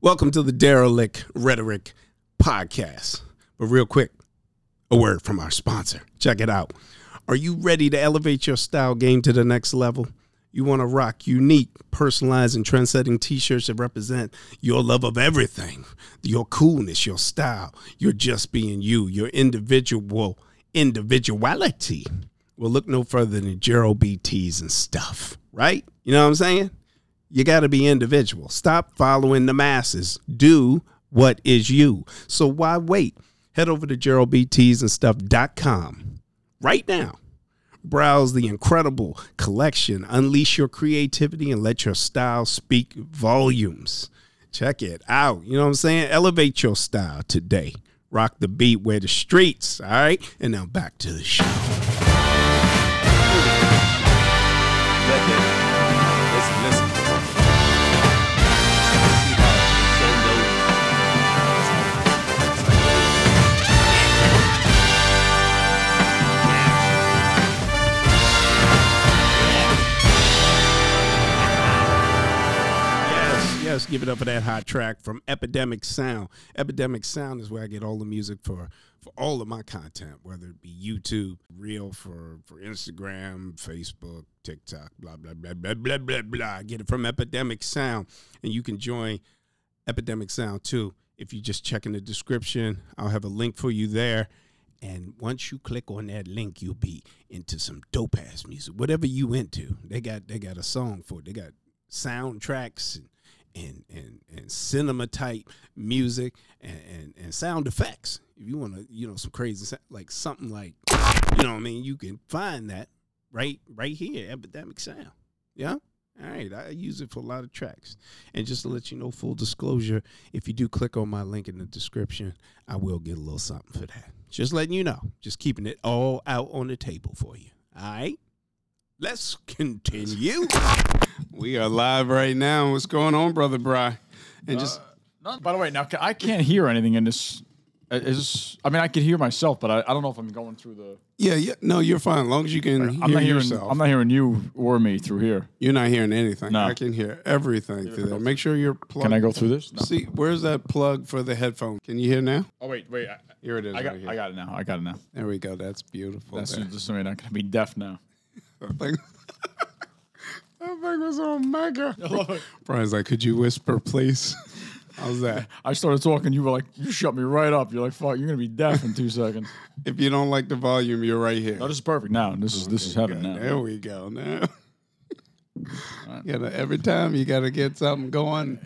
Welcome to the Derelict Rhetoric Podcast. But real quick, a word from our sponsor. Check it out. Are you ready to elevate your style game to the next level? You want to rock unique, personalized, and trendsetting t shirts that represent your love of everything your coolness, your style, your just being you, your individual individuality. Well, look no further than Gerald BTs and stuff, right? You know what I'm saying? You got to be individual. Stop following the masses. Do what is you. So why wait? Head over to GeraldBTsandStuff.com right now. Browse the incredible collection. Unleash your creativity and let your style speak volumes. Check it out. You know what I'm saying? Elevate your style today. Rock the beat where the streets. All right. And now back to the show. Listen, listen, listen. See how send those. Yes, yes, give it up for that hot track from Epidemic Sound. Epidemic Sound is where I get all the music for for all of my content, whether it be YouTube, real for for Instagram, Facebook, TikTok, blah blah blah blah blah blah blah. I get it from Epidemic Sound, and you can join Epidemic Sound too. If you just check in the description, I'll have a link for you there. And once you click on that link, you'll be into some dope ass music. Whatever you into, they got they got a song for it. They got soundtracks and and and, and cinema type music and, and and sound effects. If you want to, you know, some crazy sa- like something like, you know, what I mean, you can find that right right here, Epidemic Sound. Yeah. All right, I use it for a lot of tracks. And just to let you know, full disclosure, if you do click on my link in the description, I will get a little something for that. Just letting you know, just keeping it all out on the table for you. All right, let's continue. we are live right now. What's going on, brother Bry? And just No, by the way, now ca- I can't hear anything in this. uh, Is this- I mean, I can hear myself, but I, I don't know if I'm going through the. yeah, yeah. No, you're fine. As long as you can I'm hear not hearing. yourself, I'm not hearing you or me through here. you're not hearing anything. No. I can hear everything through there. Make sure you're plugged. Can I go through this? No. See, where's that plug for the headphone? Can you hear now? Oh wait, wait. I, Here it is. I got. right here. I got it now. I got it now. There we go. That's beautiful. That's there. this way. Not gonna be deaf now. That thing- Uh, that thing was on mega. Brian's like, could you whisper, please? How's that? I started talking. You were like, you shut me right up. You're like, fuck, you're gonna be deaf in two seconds. If you don't like the volume, you're right here. No, this is perfect now. This is this is heaven now. There we go. Now, you gotta, every time you got to get something going.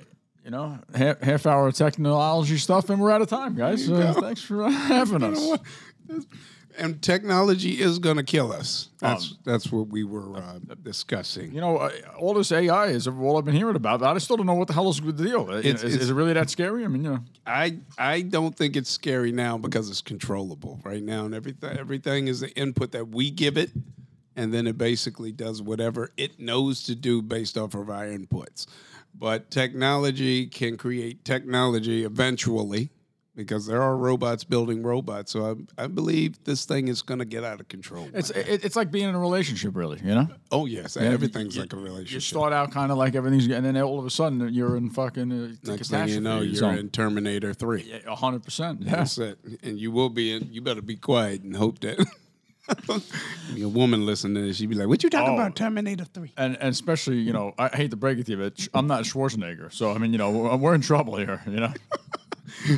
You know, half, half hour of technology stuff, and we're out of time, guys. Uh, go. thanks for having us. And technology is gonna kill us. That's that's what we were uh, discussing. You know, uh, all this AI is all I've been hearing about. but I still don't know what the hell is the deal. Uh, you know, It's- is, it's- is it really that scary? I mean, you know, I I don't think it's scary now because it's controllable right now, and everything everything is the input that we give it, and then it basically does whatever it knows to do based off of our inputs. But technology can create technology eventually, because there are robots building robots. So I I believe this thing is going to get out of control. it's it, it's like being in a relationship, really. You know, oh yes, everything's like a relationship. you start out kind of like everything's, and then all of a sudden you're in fucking uh, Next thing you know, you're in Terminator Three. a hundred percent. Yeah. That's it. And you will be in. You better be quiet and hope that your woman listen to this. She'd be like, "What you talking Oh. about, Terminator 3? And, and especially, you know, I hate to break it to you, but sh- I'm not Schwarzenegger. So, I mean, you know, we're, we're in trouble here, you know?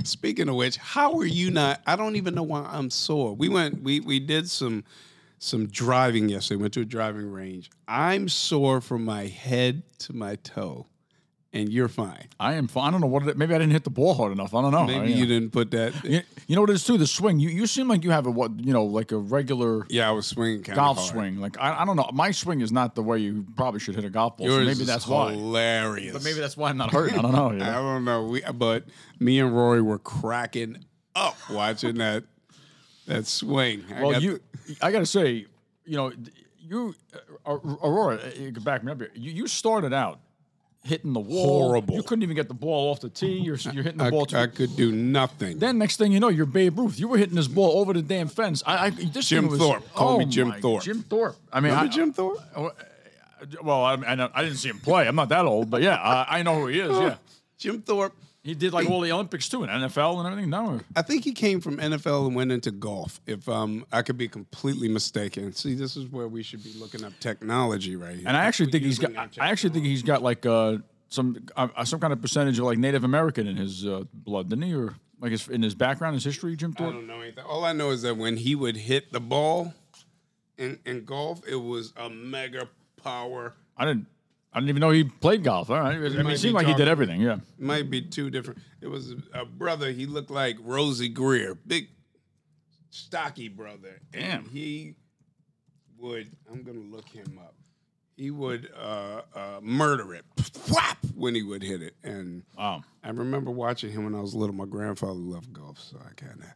Speaking of which, how are you not? I don't even know why I'm sore. We went. We we did some some driving yesterday. Went to a driving range. I'm sore from my head to my toe, and you're fine. I am, fi- I don't know what it Maybe I didn't hit the ball hard enough. I don't know. I, Maybe you didn't put that. You, you know what it is, too? The swing. You, you seem like you have a, what, you know, like a regular Yeah, I was swinging kind golf of hard. swing. Like I, I don't know. My swing is not the way you probably should hit a golf ball. so Yours maybe is that's why. hilarious. But maybe that's why I'm not hurting. I don't know. you I know? don't know. We but me and Rory were cracking up watching that that swing. I Well, got you, I gotta say, you know, d- you, uh, Aurora, uh, you can back me up here. You, you started out hitting the wall. Horrible. You couldn't even get the ball off the tee. You're, you're hitting the the- ball. I, I To, could do nothing. then next thing you know, you're Babe Ruth. You were hitting this ball over the damn fence. I, I this Jim thing was, Thorpe. Call me oh Jim my- Thorpe. Jim Thorpe. I mean, Remember I, Jim Thorpe? oh, Well, I, I, don't- I didn't see him play. I'm not that old, but yeah, I, I know who he is. Yeah. Jim Thorpe He did like all the Olympics too, and NFL and everything. No, I think he came from NFL and went into golf. If um, I could be completely mistaken. See, this is where we should be looking up technology right here. and I actually We think he's got. usually I don't check I actually think he's got like uh, some uh, some kind of percentage of like Native American in his uh, blood, didn't he? Or like his, in his background, his history, Jim I Thorpe. don't know anything. All I know is that when he would hit the ball in, in golf, it was a mega power. I didn't. I didn't even know he played golf. All right, I mean, might it seemed be like he did talking- everything. Yeah, Might be two different. It was a brother. He looked like Rosie Greer, big, stocky brother. Damn. And he would. I'm gonna look him up. He would uh, uh, murder it, whap, when he would hit it. And Wow. I remember watching him when I was little. My grandfather loved golf, so I kind of.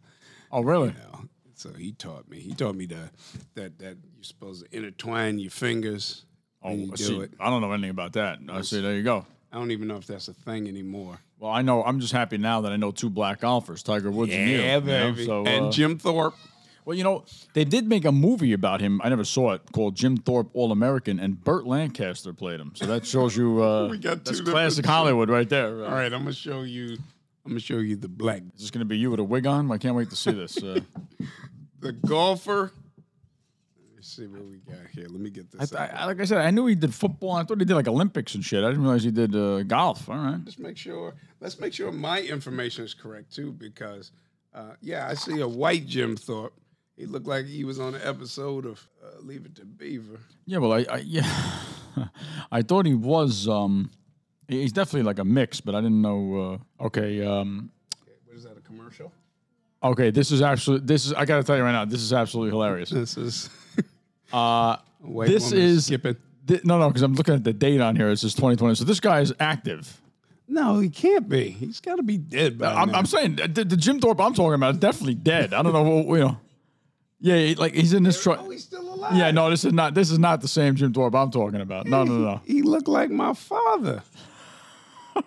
Oh, really? know. So he taught me. He taught me to, that that you're supposed to intertwine your fingers Oh, when you do see, it. I don't know anything about that. I see. There you go. I don't even know if that's a thing anymore. Well, I know. I'm just happy now that I know two black golfers, Tiger Woods and you. you know, so, and uh, Jim Thorpe. well, you know, they did make a movie about him. I never saw it called Jim Thorpe All American, and Burt Lancaster played him. So that shows you uh, We got that's two different classic people. Hollywood right there. Uh, All right, I'm gonna show you. I'm gonna show you the black, Is this going to be you with a wig on? I can't wait to see this. Uh, the golfer. Let's see what we got here. Let me get I, this. th- out. I, like I said, I knew he did football. I thought he did like Olympics and shit. I didn't realize he did uh, golf. All right. Just make sure. Let's make sure my information is correct too, because uh, yeah, I see a white Jim Thorpe. He looked like he was on an episode of uh, Leave It to Beaver. Yeah, well, I, I yeah, I thought he was. Um, he- he's definitely like a mix, but I didn't know. Uh, okay, um, What is that? A commercial? okay, this is actually this is. I gotta tell you right now, this is absolutely hilarious. This is. Uh, White this woman is- skipping. Thi- no, no, because I'm looking at the date on here. It says 2020. So this guy is active. No, he can't be. He's got to be dead by I'm, now. I'm saying the, the Jim Thorpe I'm talking about is definitely dead. I don't know. What, you know. Yeah, he- like he's in this truck. oh, he's still alive. Yeah, no, this is not. This is not the same Jim Thorpe I'm talking about. No, no, no. He looked like my father. I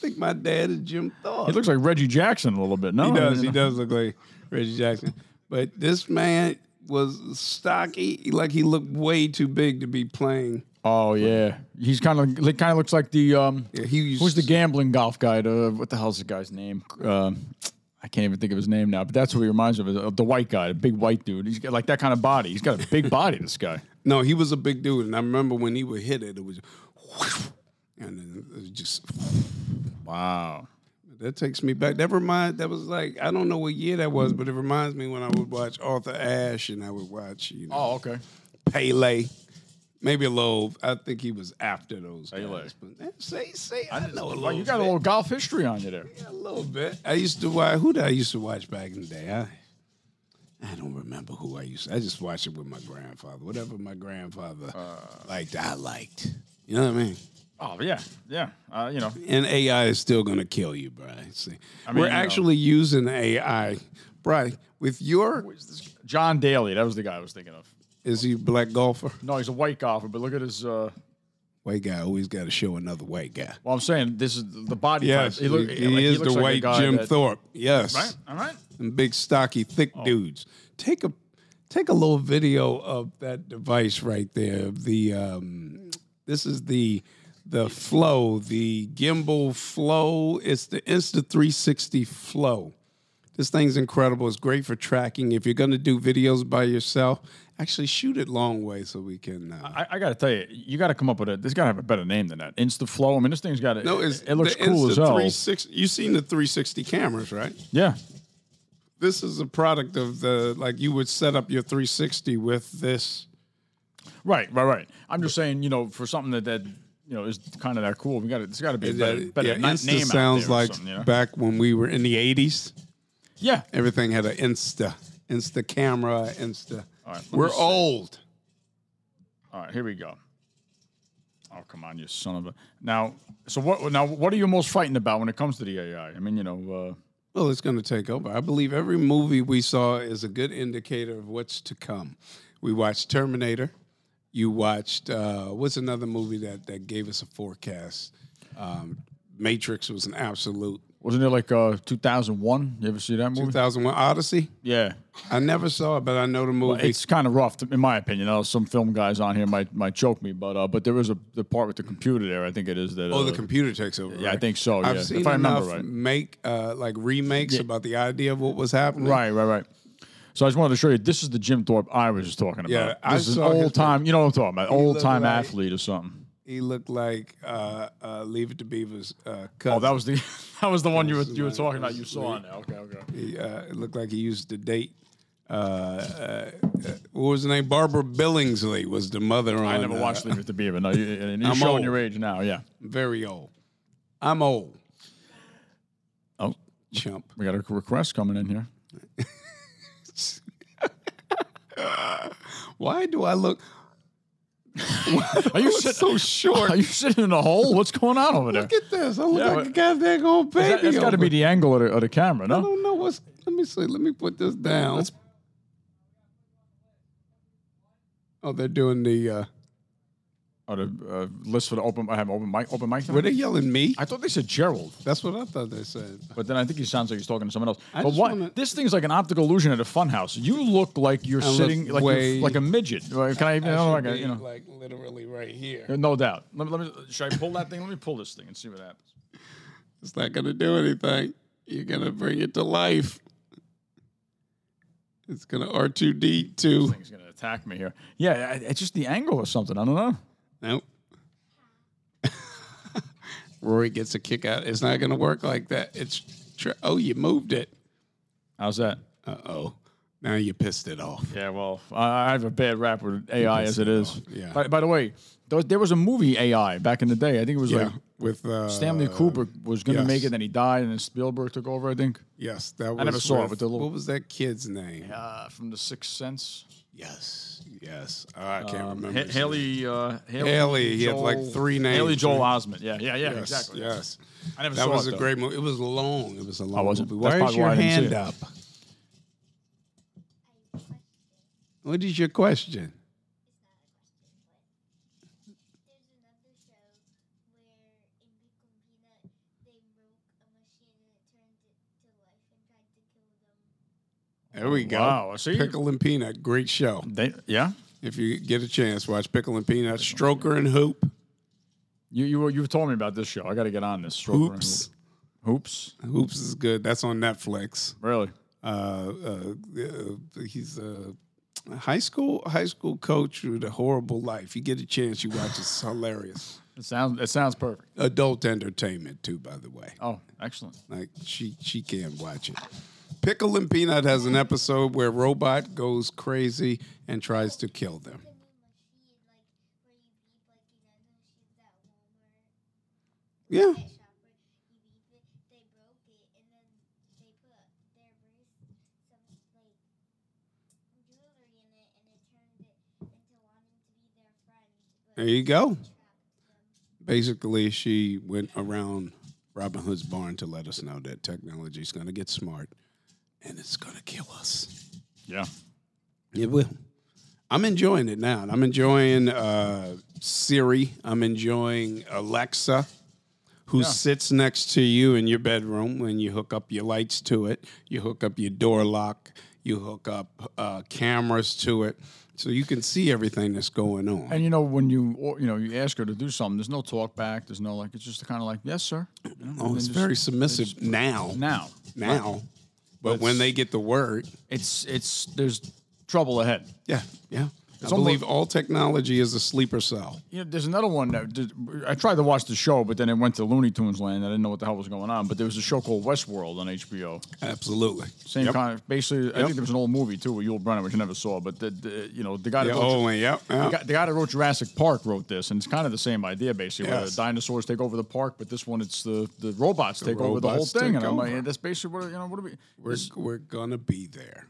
think my dad is Jim Thorpe. He looks like Reggie Jackson a little bit. No, He does. you He know. does look like Reggie Jackson. But this man was stocky. Like he looked way too big to be playing. Oh yeah, he's kind of like kind of looks like the um. Yeah, he used Who's the gambling golf guy? To, what the hell's the guy's name? Uh, I can't even think of his name now, but that's what he reminds me of. uh, The white guy, the big white dude. He's got like that kind of body. He's got a big body. This guy. No, he was a big dude, and I remember when he would hit it, it was, and then it was just. Wow. That takes me back. That remind. That was like I don't know what year that was, but it reminds me when I would watch Arthur Ashe and I would watch you know Oh, okay. Pele, maybe a little. I think he was after those. Pele. guys, but eh, say say I, know a little. Wow, you got a bit. little golf history on you there. Yeah, a little bit. I used to watch. Who did I used to watch back in the day? I I don't remember who I used. to. I just watched it with my grandfather. Whatever my grandfather Uh. liked, I liked. You know what I mean? Oh yeah, yeah. Uh, you know, and AI is still going to kill you, Brian. See, mean, we're you know. actually using AI, Brian. With your John Daly. That was the guy I was thinking of. is he a black golfer? No, he's a white golfer, but look at his. Uh, White guy always got to show another white guy. well, I'm saying this is the body Yes, type. he, look- he like, is looks the like a white guy Jim that- Thorpe. Yes, Right. Oh. All right. and big stocky, thick dudes. Take a take a little video of that device right there. The um, this is the the flow, the gimbal flow. It's the Insta 360 flow. This thing's incredible. It's great for tracking. If you're gonna do videos by yourself, actually shoot it long way so we can. Uh, I, I got to tell you, you got to come up with a. This got to have a better name than that. InstaFlow. I mean, this thing's got to. no, it's it looks the cool as hell. 360 You've seen the 360 cameras, right? Yeah. This is a product of the like you would set up your 360 with this. Right. Right. Right. I'm just saying, you know, for something that that you know is kind of that cool, we got to. It's got to be a better, better uh, yeah, na- Insta name. sounds out there or like something, you know? back when we were in the '80s. Yeah. Everything had an Insta, Insta camera, Insta. All right, let me we're see. old. All right. Here we go. Oh come on, you son of a! Now, so what? Now, what are you most frightened about when it comes to the AI? I mean, you know, uh, Well, it's going to take over. I believe every movie we saw is a good indicator of what's to come. We watched Terminator. You watched uh, what's another movie that that gave us a forecast? Um, Matrix was an absolute. Wasn't it like uh 2001? You ever see that movie? 2001 Odyssey. Yeah, I never saw it, but I know the movie. it's kind of rough, in my opinion. I know some film guys on here might might choke me, but uh, but there is a the part with the computer there. I think it is that. oh, the uh, computer takes over. yeah, I right? think so, I've yeah, seen if I remember enough right. make uh, like remakes about the idea of what was happening. Right, right, right. So I just wanted to show you. This is the Jim Thorpe I was just talking about. Yeah, this I is an saw his- old time. You know what I'm talking about? Old looked time like- athlete or something. He looked like uh, uh, Leave It to Beaver's uh, cousin. Oh, that was the that was the one you were you were my- talking about. this You is saw on there. Okay, okay. He, uh, it looked like he used to date. Uh, uh, what was the name? Barbara Billingsley was the mother on. I never uh, watched Leave It to Beaver. No, you, and you're I'm showing old. your age now. Yeah. Very old. I'm old. Oh, Chump. we got a request coming in here. Why do I look? Are you I'm sitting? so short. Are you sitting in a hole? What's going on over there? Look at this. I look Yeah, like a but- goddamn old baby. that, has got to over be the angle of the, of the camera, I no? don't know what's. Let me see. Let me put this down. Oh, they're doing the. Uh, Or the uh, list for the open. I have open mic. Open mic. tonight? were they yelling me? I thought they said Gerald, That's what I thought they said. but then I think he sounds like he's talking to someone else. I but just what? wanna- This thing's like an optical illusion at a funhouse. You look like you're look sitting like way- you're, like a midget. Like, Can I? even? I don't know, like, you know. like literally right here. No doubt. Let me, let me. Should I pull that thing? Let me pull this thing and see what happens. It's not gonna do anything. You're gonna bring it to life. It's gonna R two D two. Thing's gonna attack me here. Yeah, I- it's just the angle or something. I don't know. Nope. Rory gets a kick out. It's not gonna work like that. It's tr- oh, you moved it. How's that? Uh oh. Now you pissed it off. Yeah, well, I I have a bad rap with AI as it is. Oh, yeah. By, by the way, there was, there was a movie AI back in the day. I think it was Yeah, like with uh, Stanley Kubrick was going to yes. make it, then he died, and then Spielberg took over. I think Yes, that was. never saw it, with- but the little- what was that kid's name? uh, from The Sixth Sense. Yes, yes. Oh, I can't remember. Um, Ha- his name. Haley, uh, Haley, Haley, he had, like, three names, Haley Joel right? Osment. Yeah, yeah, yeah, Yes, exactly. Yes, I never that saw was it, a though. great movie. It was long. It was a long. wasn't- movie. Oh, that's Where's probably your why I didn't see hand it. up? What is your question? there's another show where in Big Peanut they broke a machine and it turned it to life and tried to kill them. There we go. Wow, I see. Pickle and Peanut, great show. They, yeah, If you get a chance, watch Pickle and Peanut, Stroker and Hoop, you you were, you told me about this show. I got to get on this. Stroker and Hoops. Hoop. hoops, Hoops is good. That's on Netflix. really. uh, uh, uh, he's a high school high school coach with a horrible life. You get a chance, you watch. it. It's hilarious. It sounds it sounds perfect. Adult entertainment too, by the way. Oh, excellent. Like she she can watch it. Pickle and Peanut has an episode where a robot goes crazy and tries to kill them. The new machine, like where you beep like you know Yeah, the machines at Walmart at shop where you beep it, they broke it and then they put their brace some like jewelry in it and it turned it into wanting to be their friend. But there you go. trapped them. Basically, she went around Robin Hood's barn to let us know that technology's going to get smart and it's going to kill us. Yeah, It will. I'm enjoying it now. I'm enjoying uh, Siri. I'm enjoying Alexa, who sits next to you in your bedroom when you hook up your lights to it, you hook up your door lock, you hook up uh, cameras to it, so you can see everything that's going on. and you know when you or, you know you ask her to do something, there's no talk back. There's no like. It's just kind of like yes, sir. You know, and oh, then it's just- very submissive now. now. Now. But when they get the word, It's it's there's trouble ahead. yeah, yeah. I It's believe all technology is a sleeper cell. You know, there's another one that did, I tried to watch the show, but then it went to Looney Tunes land. I didn't know what the hell was going on. But there was a show called Westworld on HBO. Absolutely. Same Yep. kind of basically. I Yep. think there was an old movie too with Yul Brenner, which I never saw. But the, the you know the guy that Yeah, wrote, oh, yep. the, yep. guy, the guy that wrote Jurassic Park wrote this, and it's kind of the same idea basically. Where Yes. the dinosaurs take over the park, but this one it's the the robots take over the whole robots thing. take And I'm like, over. that's basically what you know. What do we? We're, we're gonna be there.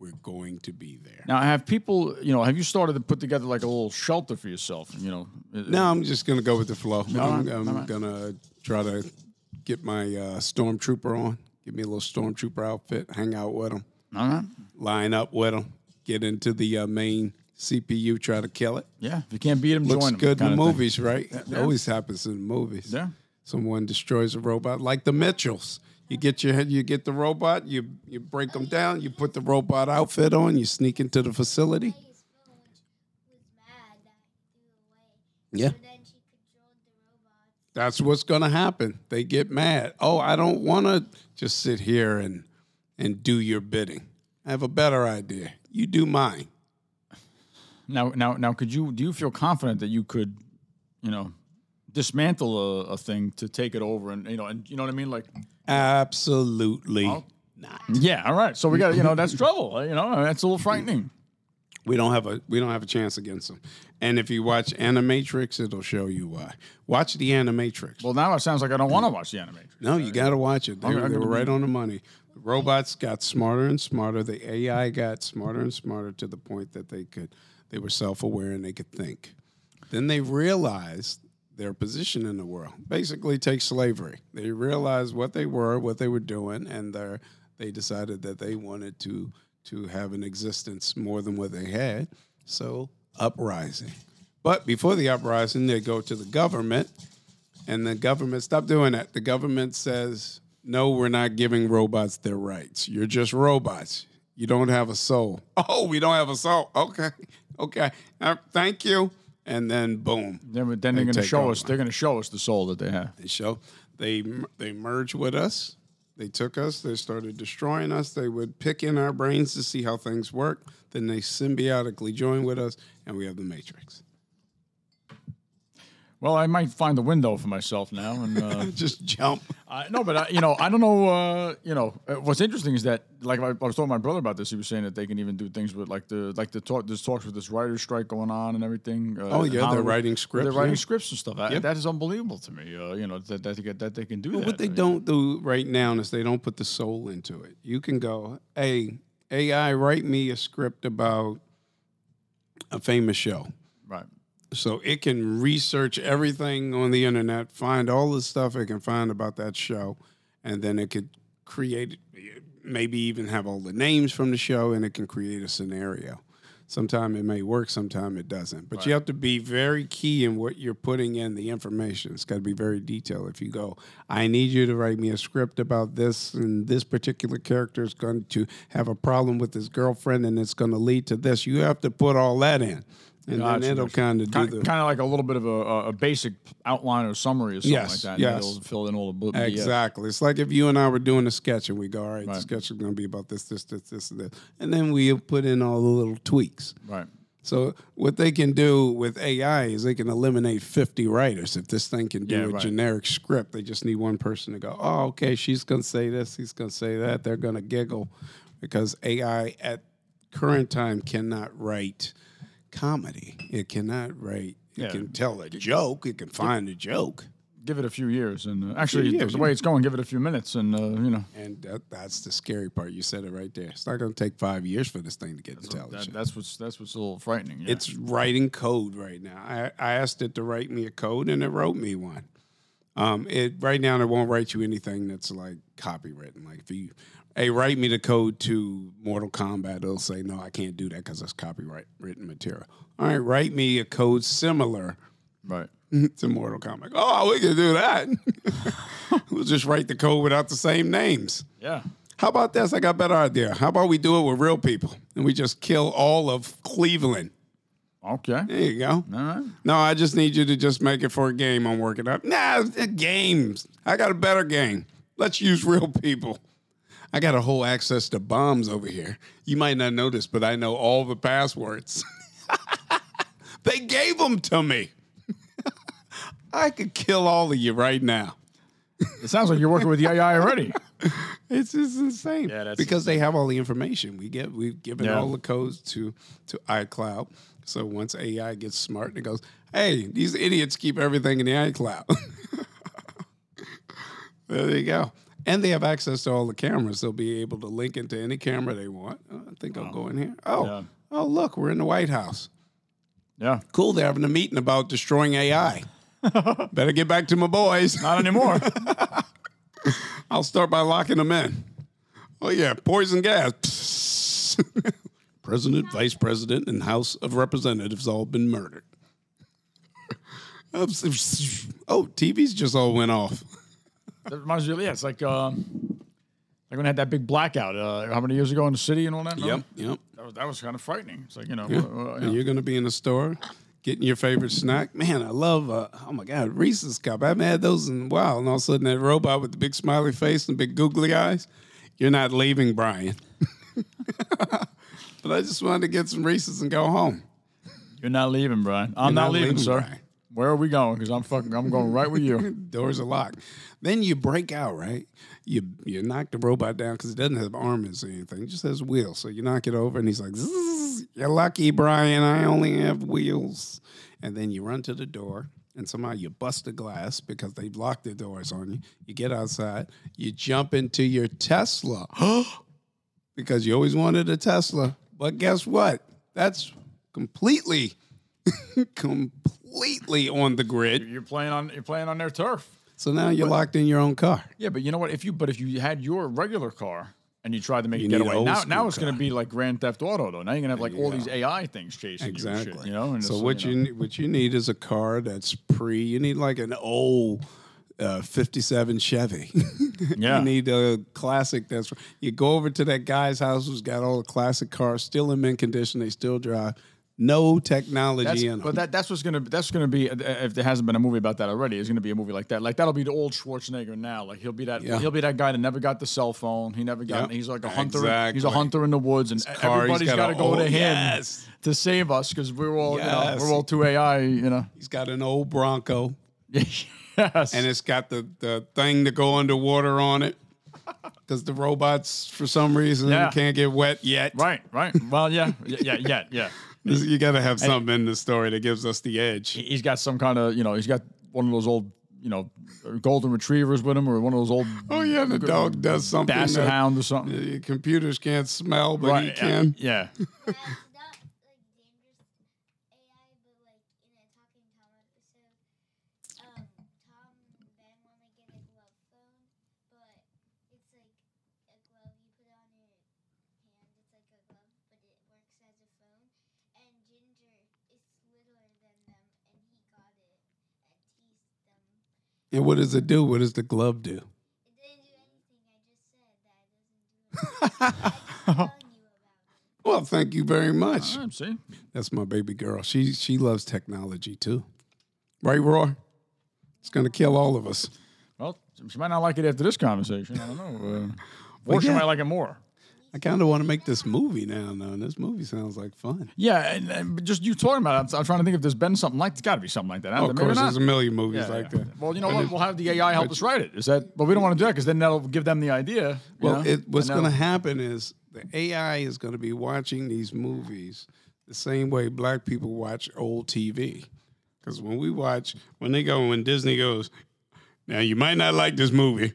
We're going to be there. Now have people you know have you started to put together like a little shelter for yourself? You know, Uh, No, I'm just gonna go with the flow. I'm, right, I'm gonna try to get my uh, stormtrooper on. Give me a little stormtrooper outfit. Hang out with them. All right. Line up with them. Get into the uh, main CPU. Try to kill it. Yeah, if you can't beat them, Looks join 'em, good in kinda the thing. movies, right? It always happens in the movies. Yeah. Someone destroys a robot like the Mitchells. You get your you get the robot. You you break them down. You put the robot outfit on. You sneak into the facility. His phone was mad that he threw it away. Yeah. So then she controlled the robot. That's what's going to happen. They get mad. Oh, I don't want to just sit here and and do your bidding. I have a better idea. You do mine. Now, now, now, could you do you feel confident that you could, you know, dismantle a, a thing to take it over and you know and you know what I mean? Like, Absolutely Oh. not. yeah, all right. So we got you know that's trouble. You know that's a little frightening. We don't have a we don't have a chance against them. And if you watch Animatrix, it'll show you why. Watch the Animatrix. Well, now it sounds like I don't want to watch the animatrix. No, you got to watch it. They, I'm- were- I'm they were gonna right be- on the money. The robots got smarter and smarter. The AI got smarter and smarter to the point that they could they were self-aware and they could think. Then they realized their position in the world. Basically, take slavery. They realized what they were, what they were doing, and their they decided that they wanted to to have an existence more than what they had. So uprising. But before the uprising, they go to the government and the government stop doing that. The government says, "No, we're not giving robots their rights. You're just robots. You don't have a soul." Oh, we don't have a soul. Okay, okay. Uh, thank you. And then boom, Then, then they're They going to take show over. us. They're going to show us the soul that they have. they show they they merge with us. They took us. They started destroying us. They would pick in our brains to see how things work. Then they symbiotically join with us, and we have the Matrix. Well, I might find the window for myself now. And uh, Just jump. I, no, but I, you know, I don't know. Uh, you know, uh, what's interesting is that, like, I, I was talking to my brother about this. He was saying that they can even do things with, like, the like the talk. There's talks with this writer's strike going on and everything. Uh, Oh, yeah, in they're Hollywood. writing They're scripts, writing yeah. scripts and stuff. That- Yep. that is unbelievable to me. Uh, you know that that they, get, that they can do But that. what they I mean, don't do right now is they don't put the soul into it. You can go, hey, AI, write me a script about a famous show. Right. So it can research everything on the internet, find all the stuff it can find about that show, and then it could create, maybe even have all the names from the show, and it can create a scenario. Sometime it may work, sometime it doesn't. But you have to be very key in what you're putting in the information. It's got to be very detailed. If you go, I need you to write me a script about this, and this particular character is going to have a problem with his girlfriend, and it's going to lead to this. You have to put all that in, and Gotcha. then it'll kind of do Kind, the kind of like a little bit of a, a, a basic outline or summary or something Yes, like that. yes. And it'll fill in all the bl- BS. Exactly. It's like if you and I were doing a sketch and we go, all right, the Right. sketch is going to be about this, this, this, this, and this. And then we put in all the little tweaks. Right. So what they can do with AI is they can eliminate 50 writers. If this thing can do Yeah, a right. generic script, they just need one person to go, oh, okay, she's going to say this, he's going to say that. They're going to giggle because AI at current time cannot write comedy. It cannot write. It Yeah. can tell a joke. It can find a joke. Give it a few years, and uh, actually, years, the way it's going, give it a few minutes, and uh, you know. And that, that's the scary part. You said it right there. It's not going to take five years for this thing to get That, intelligent. that's what's that's what's a little frightening. yeah. it's writing code right now. I, I asked it to write me a code, and it wrote me one. Um, it right now it won't write you anything that's like copywritten. Like if you, hey, write me the code to Mortal Kombat, it'll say no, I can't do that because that's copyright written material. All right, write me a code similar right. to Mortal Kombat. Oh, we can do that. we'll just write the code without the same names. Yeah. How about this? I got a better idea. How about we do it with real people and we just kill all of Cleveland? Okay. There you go. All right. No, I just need you to just make it for a game. I'm working up. Nah, it's- it's games. I got a better game. Let's use real people. I got a whole access to bombs over here. You might not notice, but I know all the passwords. they gave them to me. I could kill all of you right now. It sounds like you're working with the AI already. It's just insane. Yeah, that's because they have all the information. We get we've given Yeah. all the codes to to iCloud. So once AI gets smart, it goes, "Hey, these idiots keep everything in the iCloud." there you go. And they have access to all the cameras. They'll be able to link into any camera they want. Oh, I think I'll go in here. Oh, Yeah. oh, look, we're in the White House. Yeah. Cool, they're having a meeting about destroying AI. Better get back to my boys. Not anymore. I'll start by locking them in. Oh yeah, poison gas. President, vice president, and House of Representatives all been murdered. Um, Oh, TVs just all went off. that reminds me. Yeah, it's like um, Like when I had that big blackout, uh, how many years ago in the city and all that? remember? Yep, yep. That was, that was kind of frightening. It's like, you know, uh, uh, And Oh, you're gonna be in the store getting your favorite snack. Man, I love. Uh, oh my God, Reese's cup. I haven't had those in a while. And all of a sudden, that robot with the big smiley face and big googly eyes. You're not leaving, Brian. but I just wanted to get some Reese's and go home. you're not leaving, Brian. I'm not, not leaving, leaving, sir. Brian. Where are we going? Because I'm fucking, I'm going right with you. Doors are locked. Then you break out, right? You you knock the robot down because it doesn't have armors or anything. It just has wheels. So you knock it over, and he's like, "Zzz, "You're lucky, Brian. I only have wheels." And then you run to the door, and somehow you bust the glass because they've locked the doors on you. You get outside. You jump into your Tesla because you always wanted a Tesla. But guess what? That's completely, completely on the grid. You're playing on, you're playing on their turf. So now you're locked in your own car. Yeah, but you know what? If you but if you had your regular car and you tried to make You a need an getaway, old now school now it's going to car. be like Grand Theft Auto though. Now you're going to have like all these AI things chasing you, and shit, you know. And so it's, what you know, ne- what you need is a car that's pre. You need like an old uh, '57 Chevy. Yeah. you need a classic. That's you go over to that guy's house who's got all the classic cars still in mint condition. They still drive. No technology that's, in 'em. but that that's what's going to that's going to be uh, if there hasn't been a movie about that already, it's going to be a movie like that. Like that'll be the old Schwarzenegger now. Like he'll be that Yeah. he'll be that guy that never got the cell phone. He never got. Yep. He's like a hunter. He's a Exactly. hunter in the woods, and car, he's everybody's got got to a go to old- him Yes. to save us because we're all you Yes. know we're all too AI. You know. He's got an old Bronco, yes. and it's got the the thing to go underwater on it. Because the robots, for some reason, Yeah. can't get wet yet. right. Right. Well. Yeah. Yeah. Yeah. Yeah. This- You got to have something in the story that gives us the edge. he's got some kind of you know he's got one of those old you know golden retrievers with him or one of those old Oh yeah, the dog does something. basset that hound or something the Computers can't smell, but he yeah, can. yeah That's not like dangerous AI, but like in a Talking Tom episode, um, Tom and Ben want to get a glove phone, but it's like a glove you put on your hand. It's like a glove, but it works as a phone. And Ginger is littler than them, and he got it and teased them. And what does it do? What does the glove do? It didn't do anything. I just said that it doesn't do anything. I'm telling you about it. Well, thank you very much. All right, see That's my baby girl. She she loves technology too, right, Roy? It's gonna kill all of us. well she might not like it after this conversation I don't know uh, or she yeah. might like it more I kind of want to make this movie now, though. And this movie sounds like fun. yeah and, and but just you talking about it I'm, I'm trying to think if there's been something like it's got to be something like that I Oh, don't- of maybe course, not. there's a million movies Yeah, like yeah. that. Well, you know what? We'll have the AI help us write it. Is that? But we don't want to do that because then that'll give them the idea. you Well, know? it, what's And that'll- going to happen is the AI is going to be watching these movies the same way black people watch old TV. Because when we watch, when they go, when Disney goes, now you might not like this movie,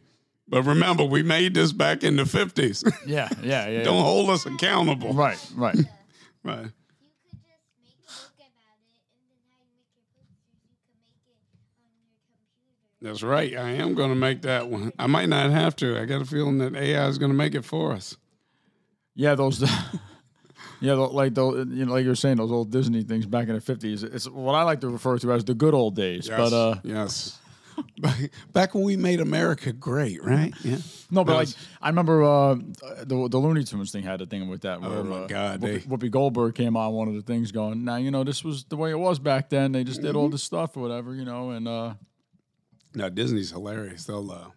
but remember, we made this back in the 50s. Yeah, yeah, yeah. yeah. Don't hold us accountable. Right, right. Right. You could just make a book about it, and then how you make your posters, you could make it on your computer. That's right. I am going to make that one. I might not have to. I got a feeling that AI is going to make it for us. Yeah, those. yeah, tho- like those, you know, like you were saying, those old Disney things back in the fifties. It's what I like to refer to as the good old days. But uh, yes. Back when we made America great, right? Yeah. no, but like I remember uh, the the Looney Tunes thing had a thing with that. Where, Oh my uh, Whoopi, God, they- Whoopi Goldberg came on one of the things, going, "Now you know this was the way it was back then. They just Mm-hmm. did all this stuff or whatever, you know." And uh, No, Disney's hilarious. They'll, uh,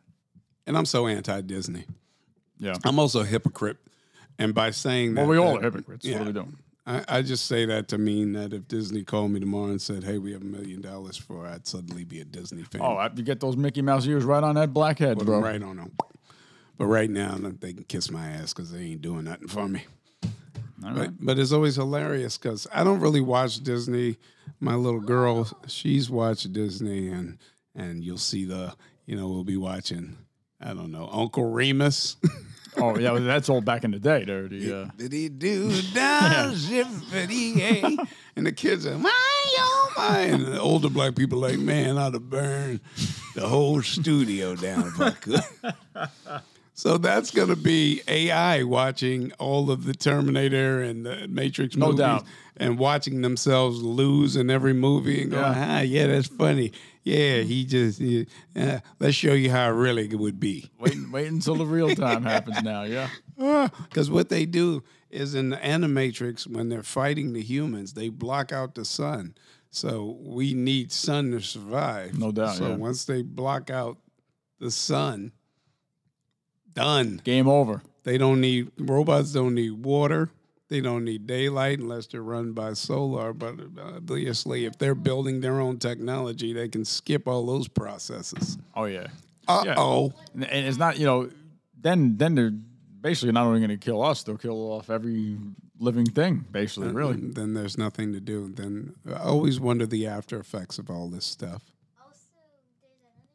and I'm so anti Disney. yeah, I'm also a hypocrite. And by saying that, well, we all that- are hypocrites. What yeah. are we doing? I, I just say that to mean that if Disney called me tomorrow and said, hey, we have a million dollars for it, I'd suddenly be a Disney fan. Oh, I, you get those Mickey Mouse ears right on that black head, Put bro. 'em right on them. But right now, they can kiss my ass because they ain't doing nothing for me. But, but it's always hilarious because I don't really watch Disney. My little girl, she's watched Disney, and and you'll see the, you know, we'll be watching, I don't know, Uncle Remus. Oh yeah, well, that's all back in the day, dude. Yeah. Dippity doo da, zippity yay. And the kids are, my, oh my. And the older black people like, man, I'd have burned the whole studio down if I could. So that's going to be AI watching all of the Terminator and the Matrix No movies doubt. and watching themselves lose in every movie and going, Yeah. ah, yeah, that's funny. Yeah, he just, yeah, uh, let's show you how it really would be. Wait, wait until the real time happens now. Yeah. Because what they do is in the Animatrix, when they're fighting the humans, they block out the sun. So we need sun to survive. No doubt, So yeah. once they block out the sun, done. Game over. They don't need robots. Don't need water. They don't need daylight unless they're run by solar. But obviously, if they're building their own technology, they can skip all those processes. Oh yeah. Uh oh. And, and it's not you know, then then they're basically not only going to kill us, they'll kill off every living thing. Basically, really. Uh, Then there's nothing to do. Then I always wonder the after effects of all this stuff. Also, there's another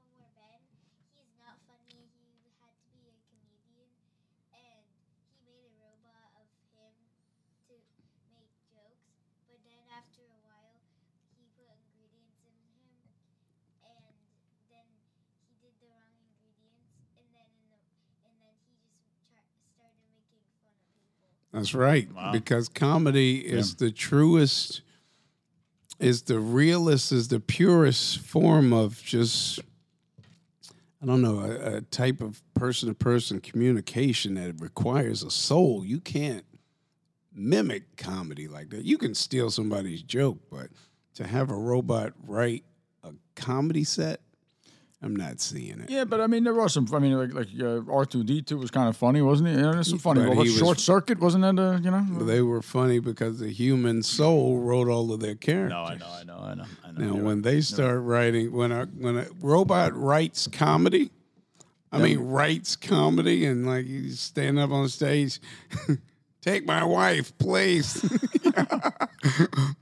Talking Tom one where Ben, he's not funny. He had to be a comedian, and he made a robot of him to make jokes. But then after a while, he put ingredients in him, and then he did the wrong ingredients, and then in the, and then he just tra- started making fun of people. That's right. Wow. Because comedy is the truest, is the realest, is the purest form of just, I don't know, a, a type of person to person communication that requires a soul. You can't mimic comedy like that. You can steal somebody's joke, but to have a robot write a comedy set, I'm not seeing it. Yeah, but I mean, there were some. I mean, like like uh, R two D two was kind of funny, wasn't it? You know, there's some funny. But But he was- Short Circuit wasn't that? Uh, you know. They were funny because the human soul wrote all of their characters. Oh, I know, I know, I Now, when they start writing, when a when a robot writes comedy, I mean writes comedy, and like you stand up on stage, take my wife, please.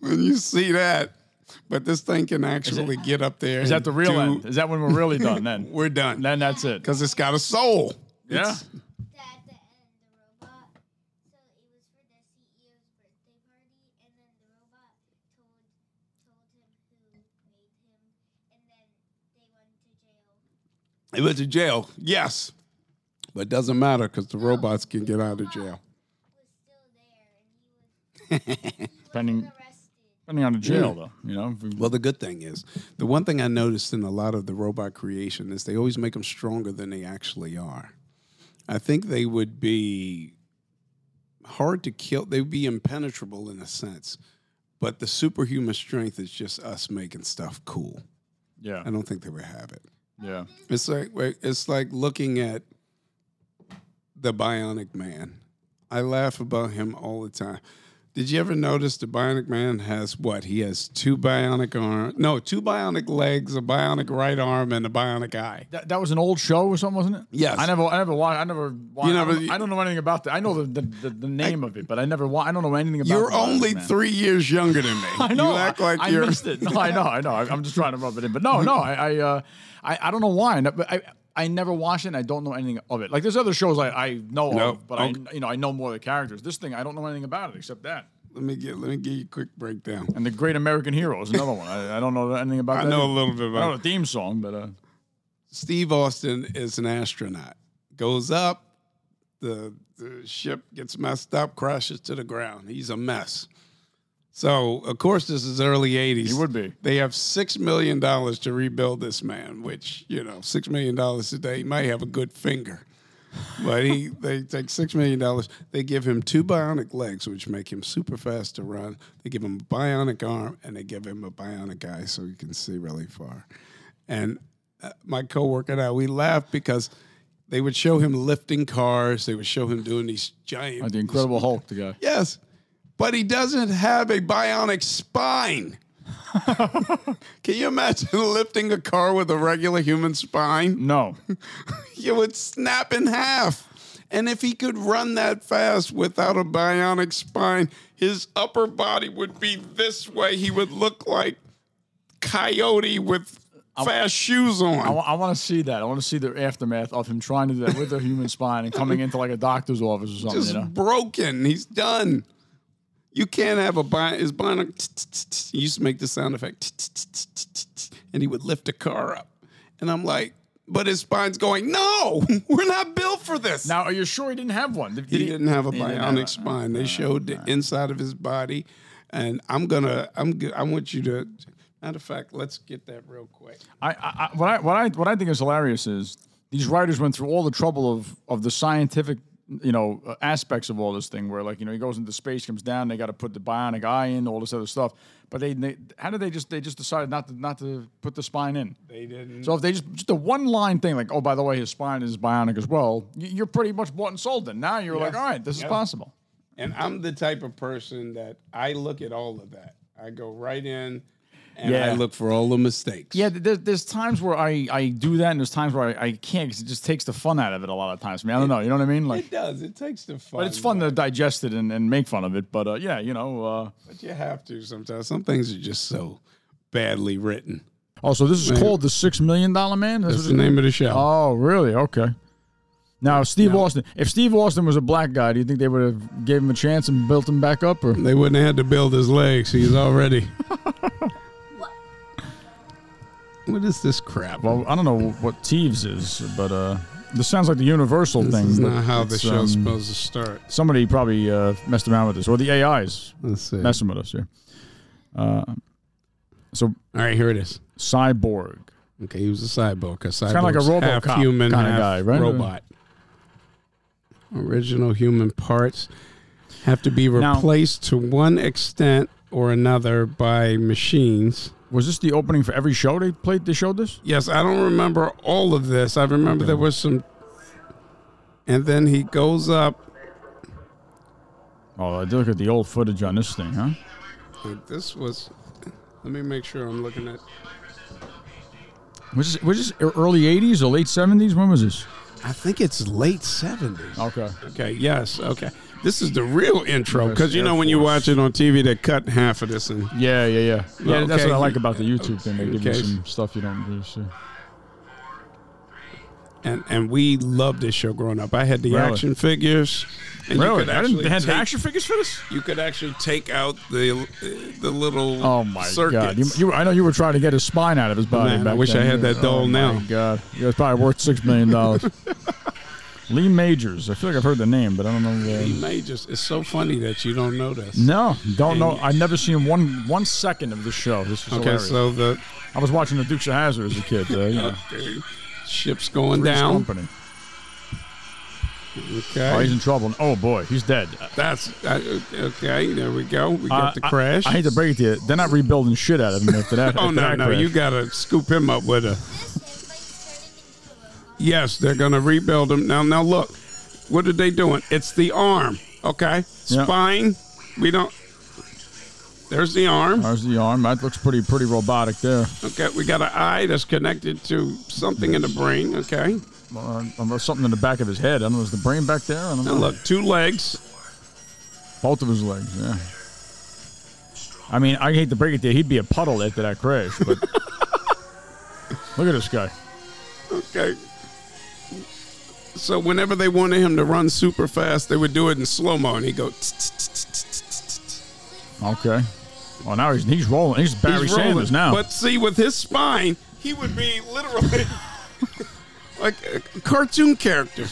when you see that, but this thing can actually get up there. Is that the real end? Is that when we're really done? Then We're done then that's it. because it's got a soul. Yeah. at the end, the robot. So it was for the CEO's birthday party, and then the robot told told him who made him, and then they It went went to jail. to jail, yes, but it doesn't matter because the robots can get out of jail. Was still there, and he was Depending arrested. depending on the jail though, you know. if we- Well, the good thing is, the one thing I noticed in a lot of the robot creation is they always make them stronger than they actually are. I think they would be hard to kill. They would be impenetrable in a sense, but the superhuman strength is just us making stuff cool. Yeah. I don't think they would have it. Yeah. It's like wait, it's like looking at the Bionic Man. I laugh about him all the time. Did you ever notice the Bionic Man has what? He has two bionic arm, no, two bionic legs, a bionic right arm, and a bionic eye. That, that was an old show or something, wasn't it? Yes. I never, I never watched. I never. Watched, You you never- I, don't, I don't know anything about that. I know the the, the, the name of it, but I never. Wa- I don't know anything about. You're the Bionic only Man. three years younger than me. I know. You act I- like I you're. missed it. No, I know. I know. I- I'm just trying to rub it in, but no, no. I I uh, I, I don't know why. No, But I I never watched it. and I don't know anything of it. Like there's other shows I, I know Nope. of, but I you know I know more of the characters. This thing I don't know anything about it except that. Let me get. Let me give you a quick breakdown. And the Great American Hero is another one. I, I don't know anything about. I that know either. a little bit about I know it. the theme song, but uh, Steve Austin is an astronaut. Goes up, the, the ship gets messed up, crashes to the ground. He's a mess. So, of course, this is early 80s. He would be. They have $6 million to rebuild this man, which, you know, $6 million today, he might have a good finger. But he, they take $6 million. They give him two bionic legs, which make him super fast to run. They give him a bionic arm and they give him a bionic eye so he can see really far. And uh, my coworker and I, we laughed because they would show him lifting cars. They would show him doing these giant the Incredible Hulk, the guy. Yes, but he doesn't have a bionic spine. Can you imagine lifting a car with a regular human spine? No, You would snap in half. And if he could run that fast without a bionic spine, his upper body would be this way. He would look like Coyote with fast shoes on. I, want to see that. I want to see the aftermath of him trying to do that with a human spine and coming into like a doctor's office or something. just You know, broken. He's done. You can't have a bi His bionic. He used to make the sound effect, and he would lift the car up. And I'm like, but his spine's going, no, we're not built for this. Now, are you sure he didn't have one? Did, he, didn't have a he didn't bionic have a- spine. They showed the inside of his body, and I'm gonna, I'm, go- I want you to. Matter of fact, let's get that real quick. I, I, I- what I what I what I think is hilarious is these writers went through all the trouble of of the scientific you know uh, aspects of all this thing where like you know he goes into space comes down they got to put the bionic eye in all this other stuff but they, they how did they just they just decided not to not to put the spine in They didn't. so if they just just a one line thing like oh by the way his spine is bionic as well y- you're pretty much bought and sold then now you're like all right this is possible And I'm the type of person that I look at all of that. I go right in, and I Yeah. look for all the mistakes. Yeah, th- there's, there's times where I, I do that, and there's times where I, I can't because it just takes the fun out of it a lot of times. I mean, I don't know, you know what I mean? Like, it does. It takes the fun. but it's fun to digest it and, and make fun of it. But uh, yeah, you know. Uh, But you have to sometimes. Some things are just so badly written. oh, so this is called the Six Million Dollar Man. That's That's what the it- name of the show. oh, really? Okay. Now, Steve Austin. If Steve Austin was a black guy, do you think they would have gave him a chance and built him back up? Or They wouldn't have had to build his legs. He's already. what is this crap? well, I don't know what Teves is, but uh, this sounds like the Universal this thing. is but not how the it's, show's um, supposed to start. Somebody probably uh, messed around with this, or the AIs Let's see. messing with us here. Uh, so All right, here it is. cyborg. Okay, he was a cyborg. It's kinda like a half RoboCop human, kinda half guy, right? Robot. Original human parts have to be Now- replaced to one extent or another by machines. Was this the opening for every show they played? They showed this. Yes, I don't remember all of this. I remember there was some. And then he goes up. Oh, I did look at the old footage on this thing, huh? Wait, This was. Let me make sure I'm looking at. Was this, was this early '80s or late '70s? When was this? I think it's late 70s. Okay. Okay, yes, okay. This is the real intro because you know when you watch it on TV, they cut half of this and Yeah, yeah, yeah. Yeah, that's Okay. what I like about the YouTube thing. They give you Okay. some stuff you don't really see. and and we loved this show growing up. I had the Really? action figures. And You could I didn't, actually they had take- action figures for this. You could actually take out the uh, the little. Oh my circuits. god! You, you were, I know you were trying to get his spine out of his body. Man, I back wish I then. had that doll oh now. My god, yeah, it's probably worth six million dollars. Lee Majors. I feel like I've heard the name, but I don't know. The, He may just. It's so funny that you don't know this. No, don't know. I've never seen one one second of the show. This is Okay, hilarious. so the I was watching The Dukes of Hazard as a kid. Uh, you know, okay, ship's going Three's down. Company. Oh, he's Okay, in trouble. Oh boy, he's dead. that's uh, okay. There we go. We Uh, got the I- crash. I, hate to break it to you. They're not rebuilding shit out of him after that. Oh after no, that no! crash. You gotta scoop him up with a. This is like turning into a robot. Yes, they're gonna rebuild him now. Now look, what are they doing? It's the arm. Okay, Yeah. spine. We don't. There's the arm. There's the arm. That looks pretty pretty robotic there. Okay, we got an eye that's connected to something in the brain. Okay, Uh, there's something in the back of his head. I don't know. Is the brain back there? I don't now know. look, two legs. Both of his legs. Yeah. I mean, I hate to break it to you. He'd be a puddle after that crash. But look at this guy. Okay. So whenever they wanted him to run super fast, they would do it in slow mo, and he go. "Tss, tss, tss, tss, tss, tss, tss." Okay. Well, now he's he's rolling. He's Barry He's rolling. Sanders now. But see, with his spine, he would be literally like a cartoon character.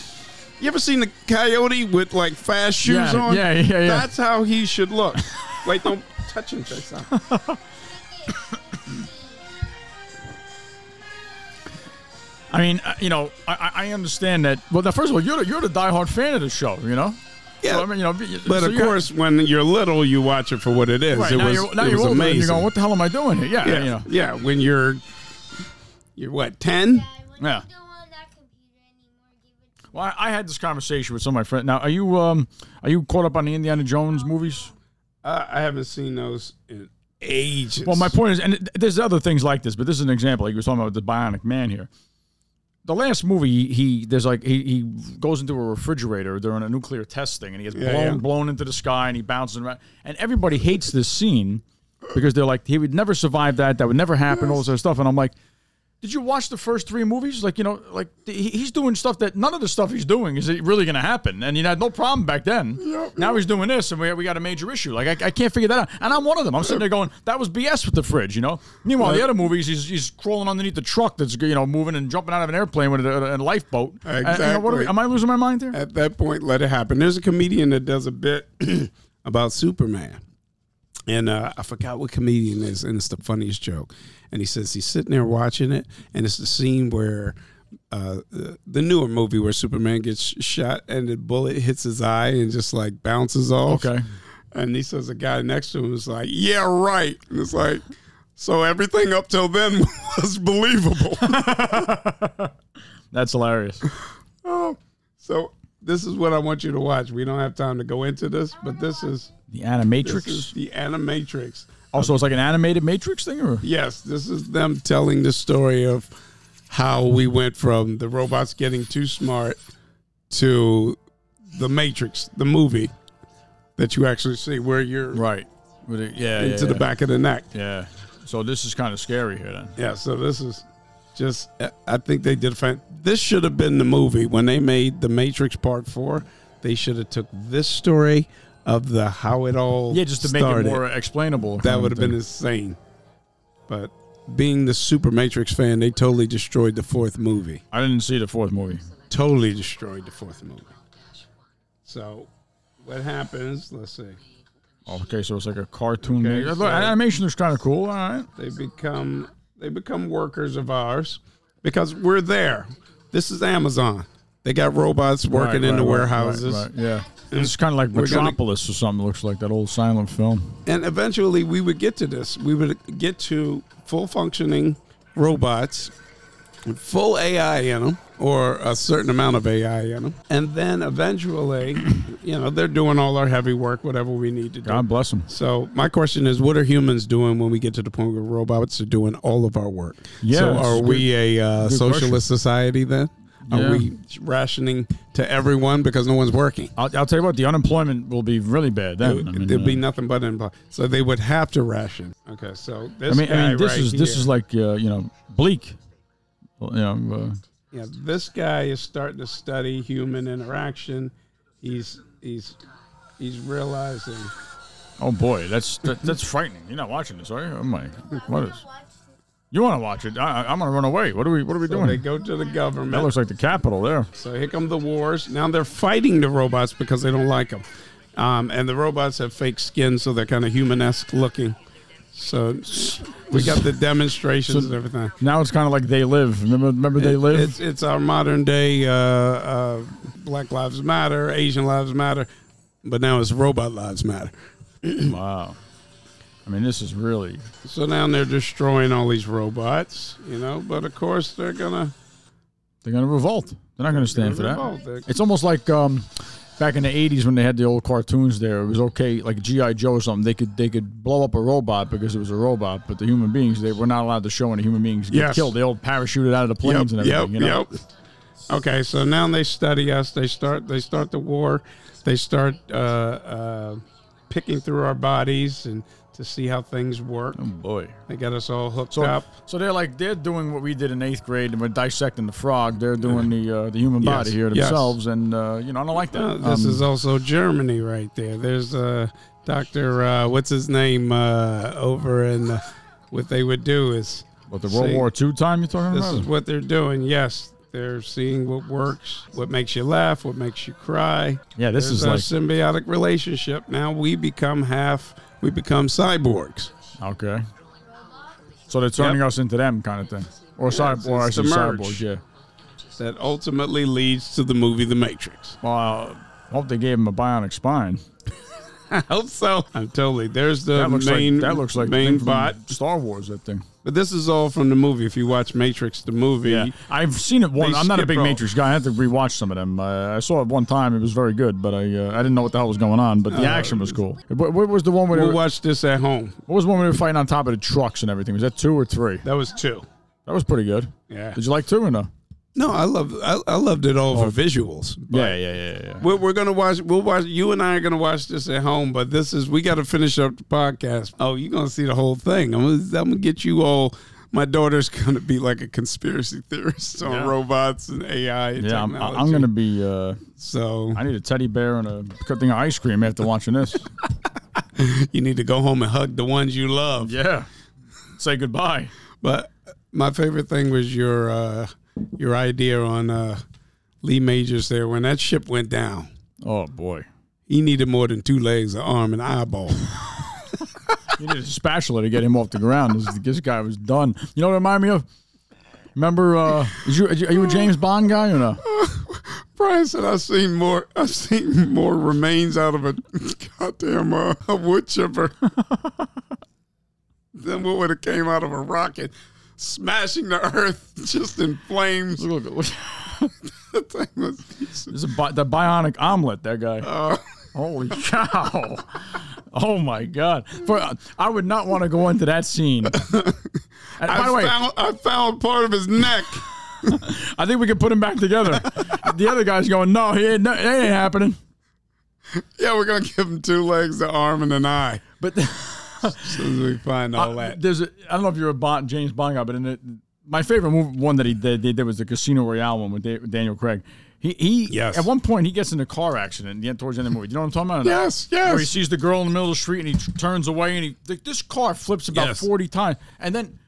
You ever seen the coyote with like fast shoes Yeah, on? yeah, yeah, yeah. That's how he should look. Wait, don't touch him, Jason. I mean, uh, you know, I, I I understand that. Well, now first of all, you're the, you're the diehard fan of the show, you know. Yeah. So, I mean, you know, be- But so of you're- course, when you're little, you watch it for what it is. right, it now was, you're now it you're was older and amazing. you're going, what the hell am I doing here? Yeah, yeah, you know. yeah. When you're you're what ten? Yeah, when Yeah. you don't want that computer anymore, give it to Well, I, I had this conversation with some of my friends. Now, are you um are you caught up on the Indiana Jones movies? Uh, I haven't seen those in ages. Well, my point is, and th- there's other things like this, but this is an example. Like you were talking about with the Bionic Man here. The last movie, he, he there's like he, he goes into a refrigerator during a nuclear test thing, and he gets Yeah, blown yeah. blown into the sky, and he bounces around, and everybody hates this scene because they're like he would never survive that, that would never happen, all this other stuff, and I'm like. Did you watch the first three movies? Like you know, like th- he- he's doing stuff that none of the stuff he's doing is really going to happen, and you had no problem back then. Now he's doing this, and we, we got a major issue. Like I, I can't figure that out, and I'm one of them. I'm sitting there going, "That was BS with the fridge," you know. Meanwhile, the other movies, he's, he's crawling underneath the truck that's you know moving and jumping out of an airplane with a, a lifeboat. And, you know, what are we- Exactly. am I losing my mind here? At that point, let it happen. There's a comedian that does a bit about Superman. And uh, I forgot what comedian it is, and it's the funniest joke. And he says he's sitting there watching it, and it's the scene where uh, the, the newer movie where Superman gets sh- shot and the bullet hits his eye and just like bounces off. Okay. And he says the guy next to him is like, "Yeah, right." And it's like, so everything up till then was believable. That's hilarious. Oh, so this is what I want you to watch. We don't have time to go into this, but this is. The This is Animatrix. the Animatrix. Also, it's like an animated Matrix thing, or Yes, this is them telling the story of how we went from the robots getting too smart to the Matrix, the movie that you actually see, where you're right? With it- yeah, yeah, into the yeah. back of the neck. Yeah. So this is kind of scary here then. Yeah, so this is just, I- I think they did a fan. This should have been the movie when they made the Matrix Part Four. They should have took this story of the how it all Yeah, just to make started. it more explainable. That would have been His- insane. But being the Super Matrix fan, they totally destroyed the fourth movie. I didn't see the fourth movie. Totally destroyed the fourth movie. So, what happens? Let's see. Oh, Okay, so it's like a cartoon. Okay, ma- so- Look, animation is kind of cool. All right. They become they become workers of ours because we're there. This is Amazon. They got robots working Right, in right, the right, warehouses, right, right, yeah, it's kind of like gonna- Metropolis or something. Looks like that old silent film. and eventually we would get to this. We would get to full functioning robots with full AI in them or a certain amount of AI in them. And then eventually, you know, they're doing all our heavy work, whatever we need to do. God bless him. So my question is, what are humans doing when we get to the point where robots are doing all of our work? Yeah, so that's a are good- we a uh, good socialist question. society then? Are Yeah. we rationing to everyone because no one's working? I'll, I'll tell you what, the unemployment will be really bad then. I mean, There'd be uh, nothing but employee. So they would have to ration. Okay, so I this mean, I guy mean, this right is this here- is like uh, you know bleak. Well, You know, uh, yeah, this guy is starting to study human interaction. He's he's he's realizing oh boy, that's that, that's frightening. You're not watching this, are you? Oh my, what is? Watch this. You want to watch it? I, I- I'm gonna run away. What are we? What are we so doing? they go to the That government. looks like the capital there. So here come the wars. Now they're fighting the robots because they don't like them, um, and the robots have fake skin, so they're kind of human-esque looking. So we got the demonstrations and everything. Now it's kind of like they live. Remember, remember they live. It's it's our modern day uh, uh, Black Lives Matter, Asian Lives Matter, but now it's Robot Lives Matter. wow. I mean, this is really. So now they're destroying all these robots, you know. But of course they're gonna They're gonna revolt. They're not gonna stand for gonna that. revolt. It's almost like um, back in the '80s when they had the old cartoons. There, it was okay, like GI Joe or something. They could they could blow up a robot because it was a robot, but the human beings they were not allowed to show any human beings get Yes. killed. They all parachuted out of the planes and everything. you know? yep. Okay, so now they study us. They start they start the war. They start uh, uh, picking through our bodies and to see how things work. Oh, Boy. They got us all hooked So, up. so they're like they're doing what we did in eighth grade, and we're dissecting the frog. They're doing the uh, the human Yes, body here yes. themselves, and uh, you know I don't like that. Uh, this Um, is also Germany right there. There's uh, Doctor, uh, what's his name uh, over in uh, what they would do is What the World See, War II time you're talking This about? is what they're doing. Yes, they're seeing what works, what makes you laugh, what makes you cry. Yeah, this There's is our like- symbiotic relationship. Now we become half. We become cyborgs. okay. So they're turning us into them kind of thing, or cyborg, or I it's the should say merge. cyborgs. Yeah. That ultimately leads to the movie The Matrix. Well, I hope they gave him a bionic spine. I hope so. I'm totally. There's the That looks main. like that looks like the main thing from bot. Star Wars. That thing. But this is all from the movie. If you watch Matrix, the movie. I've seen it one. They I'm not a skip big all- Matrix guy. I had to rewatch some of them. Uh, I saw it one time. It was very good, but I uh, I didn't know what the hell was going on. But the Uh, action was cool. What, what was the one where they We'll were- what watch this at home. was the one where they were fighting on top of the trucks and everything? Was that two or three? That was two. That was pretty good. Yeah. Did you like two or no? No, I love. I, I loved it all for visuals. Yeah, yeah, yeah, yeah. We're, we're gonna watch. We'll watch. You and I are gonna watch this at home, but this is we got to finish up the podcast. Oh, you're gonna see the whole thing. I'm gonna, I'm gonna get you all my daughter's gonna be like a conspiracy theorist on Yeah. robots and AI. And Yeah, I'm, technology. I'm gonna be. Uh, So I need a teddy bear and a good thing of ice cream after watching this. you need to go home and hug the ones you love. yeah, say goodbye. But my favorite thing was your uh, your idea on uh, Lee Majors there when that ship went down. Oh boy, He needed more than two legs, an arm, an eyeball. you need a spatula to get him off the ground. This, this guy was done. You know what it reminded me of? Remember, uh, is you, are you a James Bond guy or no? Brian said, "I've seen more. I've seen more remains out of a goddamn uh, a wood chipper than what would have came out of a rocket, smashing the earth just in flames." Look, look, look. That thing was- This is bi- the bionic omelet. That guy. uh, Holy cow! Oh my god! For, uh, I would not want to go into that scene. And by I the way, found I found part of his neck. I think we can put him back together. the other guy's going, no, he ain't, no, it ain't happening. Yeah, we're gonna give him two legs, an arm, and an eye. But As soon as we find Uh, all that, there's, a, I don't know if you're a Bond, James Bond guy, but in it, my favorite move, one that he did, they did was the Casino Royale one with Da- Daniel Craig. He, he Yes. At one point, he gets in a car accident yeah, towards the end of the movie. Do you know what I'm talking about? or not? Yes, Where he yes. sees the girl in the middle of the street and he t- turns away and he like, this car flips about Yes. 40 times, and then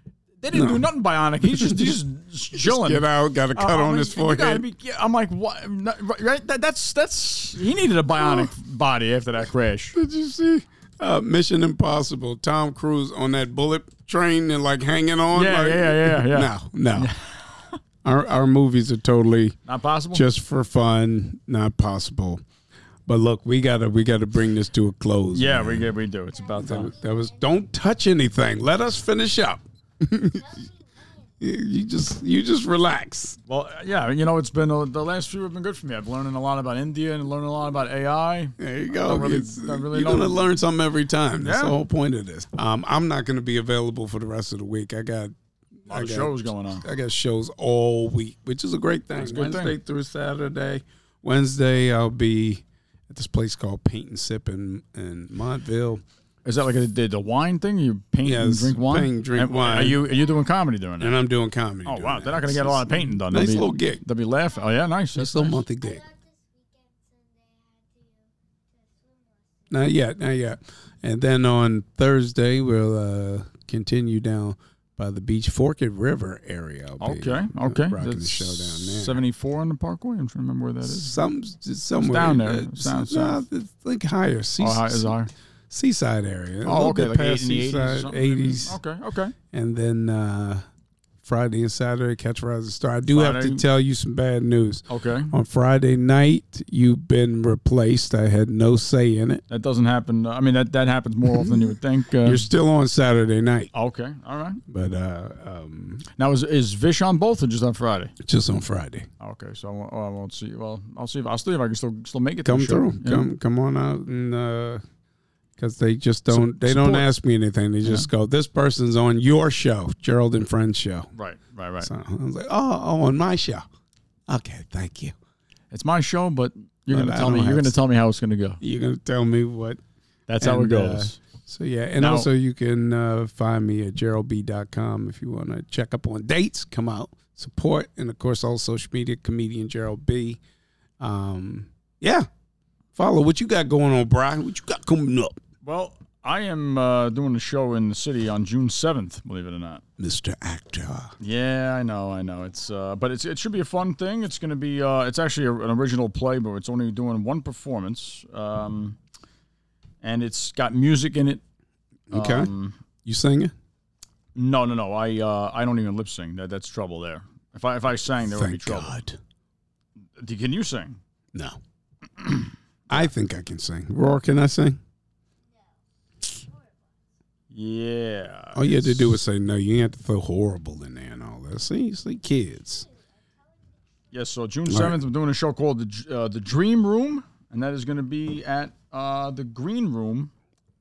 they didn't do nothing bionic. He's just he's just chilling. get out. Got a cut Uh, I'm on like, his you gotta forehead. be- yeah, I'm like, what? Not- Right? That, that's that's. He needed a bionic body after that crash. Did you see uh, Mission Impossible? Tom Cruise on that bullet train and like hanging on. Yeah, like, yeah, yeah, yeah. No, no. our our movies are totally Not possible. just for fun, not possible. But look, we gotta we gotta bring this to a close. yeah, man. we get, we do. It's about time. that was. Don't touch anything. Let us finish up. You- you just you just relax. Well, yeah, you know, it's been uh, the last few have been good for me. I've learning a lot about India and learning a lot about AI. There you go. don't really- It's- don't really you're going to know. learn something every time. That's the Yeah. whole point of this. Um, I'm not going to be available for the rest of the week. I got A lot I of got- shows going on. I got shows all week, which is a great thing. a good thing. Wednesday through Saturday. Wednesday, I'll be at this place called Paint and Sip in, in Montville. Is that like a, the, the wine thing? You paint and Yes, drink wine. paint, drink And wine. Are you are you doing comedy during that? And I'm doing comedy. Oh doing wow, that. they're not going to get a lot of painting done. They'll Nice be- little gig. They'll be laughing. Oh yeah, nice. It's That's a nice. monthly gig. Not this weekend Sunday I had to to swim lesson. Not yet, not yet. And then on Thursday, we'll uh, continue down by the Beach Forked River area. I'll be, Okay, uh, okay. Rocking the That's show down there. Seventy-four on the Parkway. I'm trying to remember where that is. Some it's somewhere down there. uh, It's down s- south. no, it's like higher, sea, Oh, hi- is it higher? seaside area. a Oh, little okay, bit like 80s, past 80s, seaside, something maybe. eighties, Okay, okay. and then uh, Friday and Saturday catch a rising star. I do have to Friday. tell you some bad news. Okay. On Friday night, you've been replaced. I had no say in it. That doesn't happen. I mean, that, that happens more often than you would think. Uh, You're still on Saturday night, okay, all right. but uh, um, Now, is, is Vish on both or just on Friday? just on Friday. Okay, so I won't, oh, I won't see. Well, I'll see if I'll see if I can still still make it. to Come the show. through. Yeah. Come come on out and. Uh, because they just don't they don't support. ask me anything. They just go, "This person's on your show, Gerald and Friends show." Right, right, right. So I was like, oh, oh, on my show. Okay, thank you. It's my show, but you're But gonna I tell me you're don't have gonna to- tell me how it's gonna go. You're gonna tell me what. That's how it and, uh, goes. so yeah, and Now- also you can uh, find me at geraldb.com if you want to check up on dates. Come out, support, and of course all social media. Comedian Gerald B. Um, yeah, follow what you got going on, Brian. What you got coming up, well, I am uh, doing a show in the city on June seventh. Believe it or not. Mister Actor? Yeah, I know, I know. It's uh, but it's it should be a fun thing. It's gonna be uh, it's actually a, an original play, but it's only doing one performance. Um, and it's got music in it. Okay, Um, you singing? no, no, no. I uh, I don't even lip sync. That that's trouble there. If I if I sang, there would be Thank trouble. God. D- Can you sing? No, I think I can sing. Roar, can I sing? Yeah. All you had to do was say no. You had to throw horrible in there and all that. See, see, kids. Yes. So June right. seventh, I'm doing a show called the Dr- uh, the Dream Room, and that is going to be at uh, the Green Room.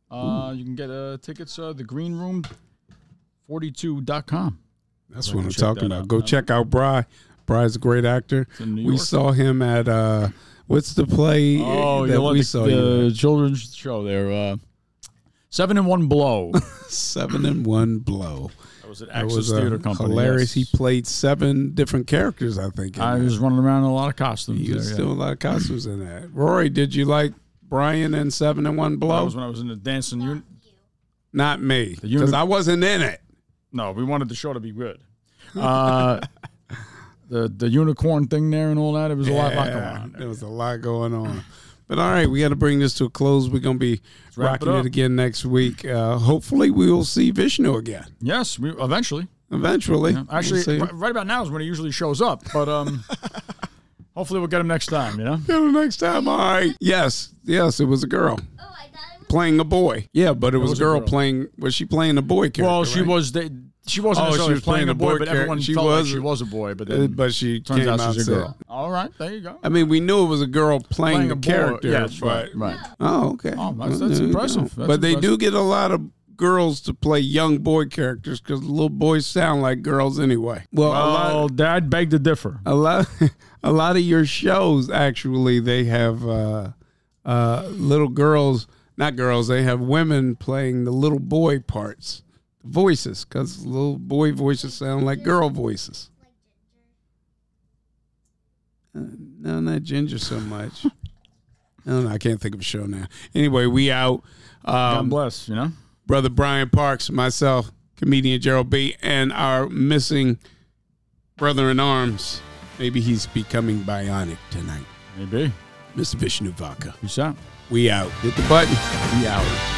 Uh, you can get uh, tickets uh, the Green Room. 42.com. That's what I'm check talking that about. out. Go check out Bry. Bry's a great actor. in New We York. saw him at uh, what's the play Oh, you that want we the, saw? the you at? children's show there. Uh, seven and one blow. Seven and one blow. That was an It Axis was uh, Theater Company. hilarious. yes. He played seven different characters, I think. in I that. was running around in a lot of costumes. He there, was yeah. doing a lot of costumes in that. Rory, did you like Brian and Seven and One That Blow? was when I was in the dancing unit. E Not me, uni- because I wasn't in it. No, we wanted the show to be good. Uh, the the unicorn thing there and all that. It was a lot, lot going Yeah, on. there was a lot going on. But all right, we got to bring this to a close. We're gonna be wrap it rocking it, up. again next week. Uh, hopefully, we will see Vishnu again Yes, we eventually. eventually. We'll Actually, see him. ri- right about now is when he usually shows up. But um, hopefully we'll get him next time. You know. Till the next time. All right. Yes, yes, it was a girl Oh, I thought it was. playing a boy. Yeah, but it was, was a a girl, girl. playing. Was she playing a boy character? Well, she right? was. They, she wasn't Oh, necessarily she was playing, playing a a boy, boy but character. everyone She felt was- like she was a boy. But Uh, then But she turns came out out she's a and said- girl. All right, there you go. I mean, we knew it was a girl playing, Playing a, boy, character, yeah, that's but right, right. Oh, okay. Oh, that's- Well, that's there you go. impressive. That's but they do impressive. get a lot of girls to play young boy characters because little boys sound like girls anyway. Well, a Well, lot, Dad begged to differ. a lot, a lot of your shows actually they have uh, uh, little girls, not girls. They have women playing the little boy parts, voices, because little boy voices sound like girl voices. Uh, no, not Ginger so much. I don't know. I can't think of a show now. Anyway, we out. God Um, bless. You know. brother Brian Parks, myself, comedian Gerald B, and our missing brother in arms. Maybe he's becoming bionic tonight. Maybe. Mr. Vishnu Vaka. Peace out. We out. Hit the button. We out.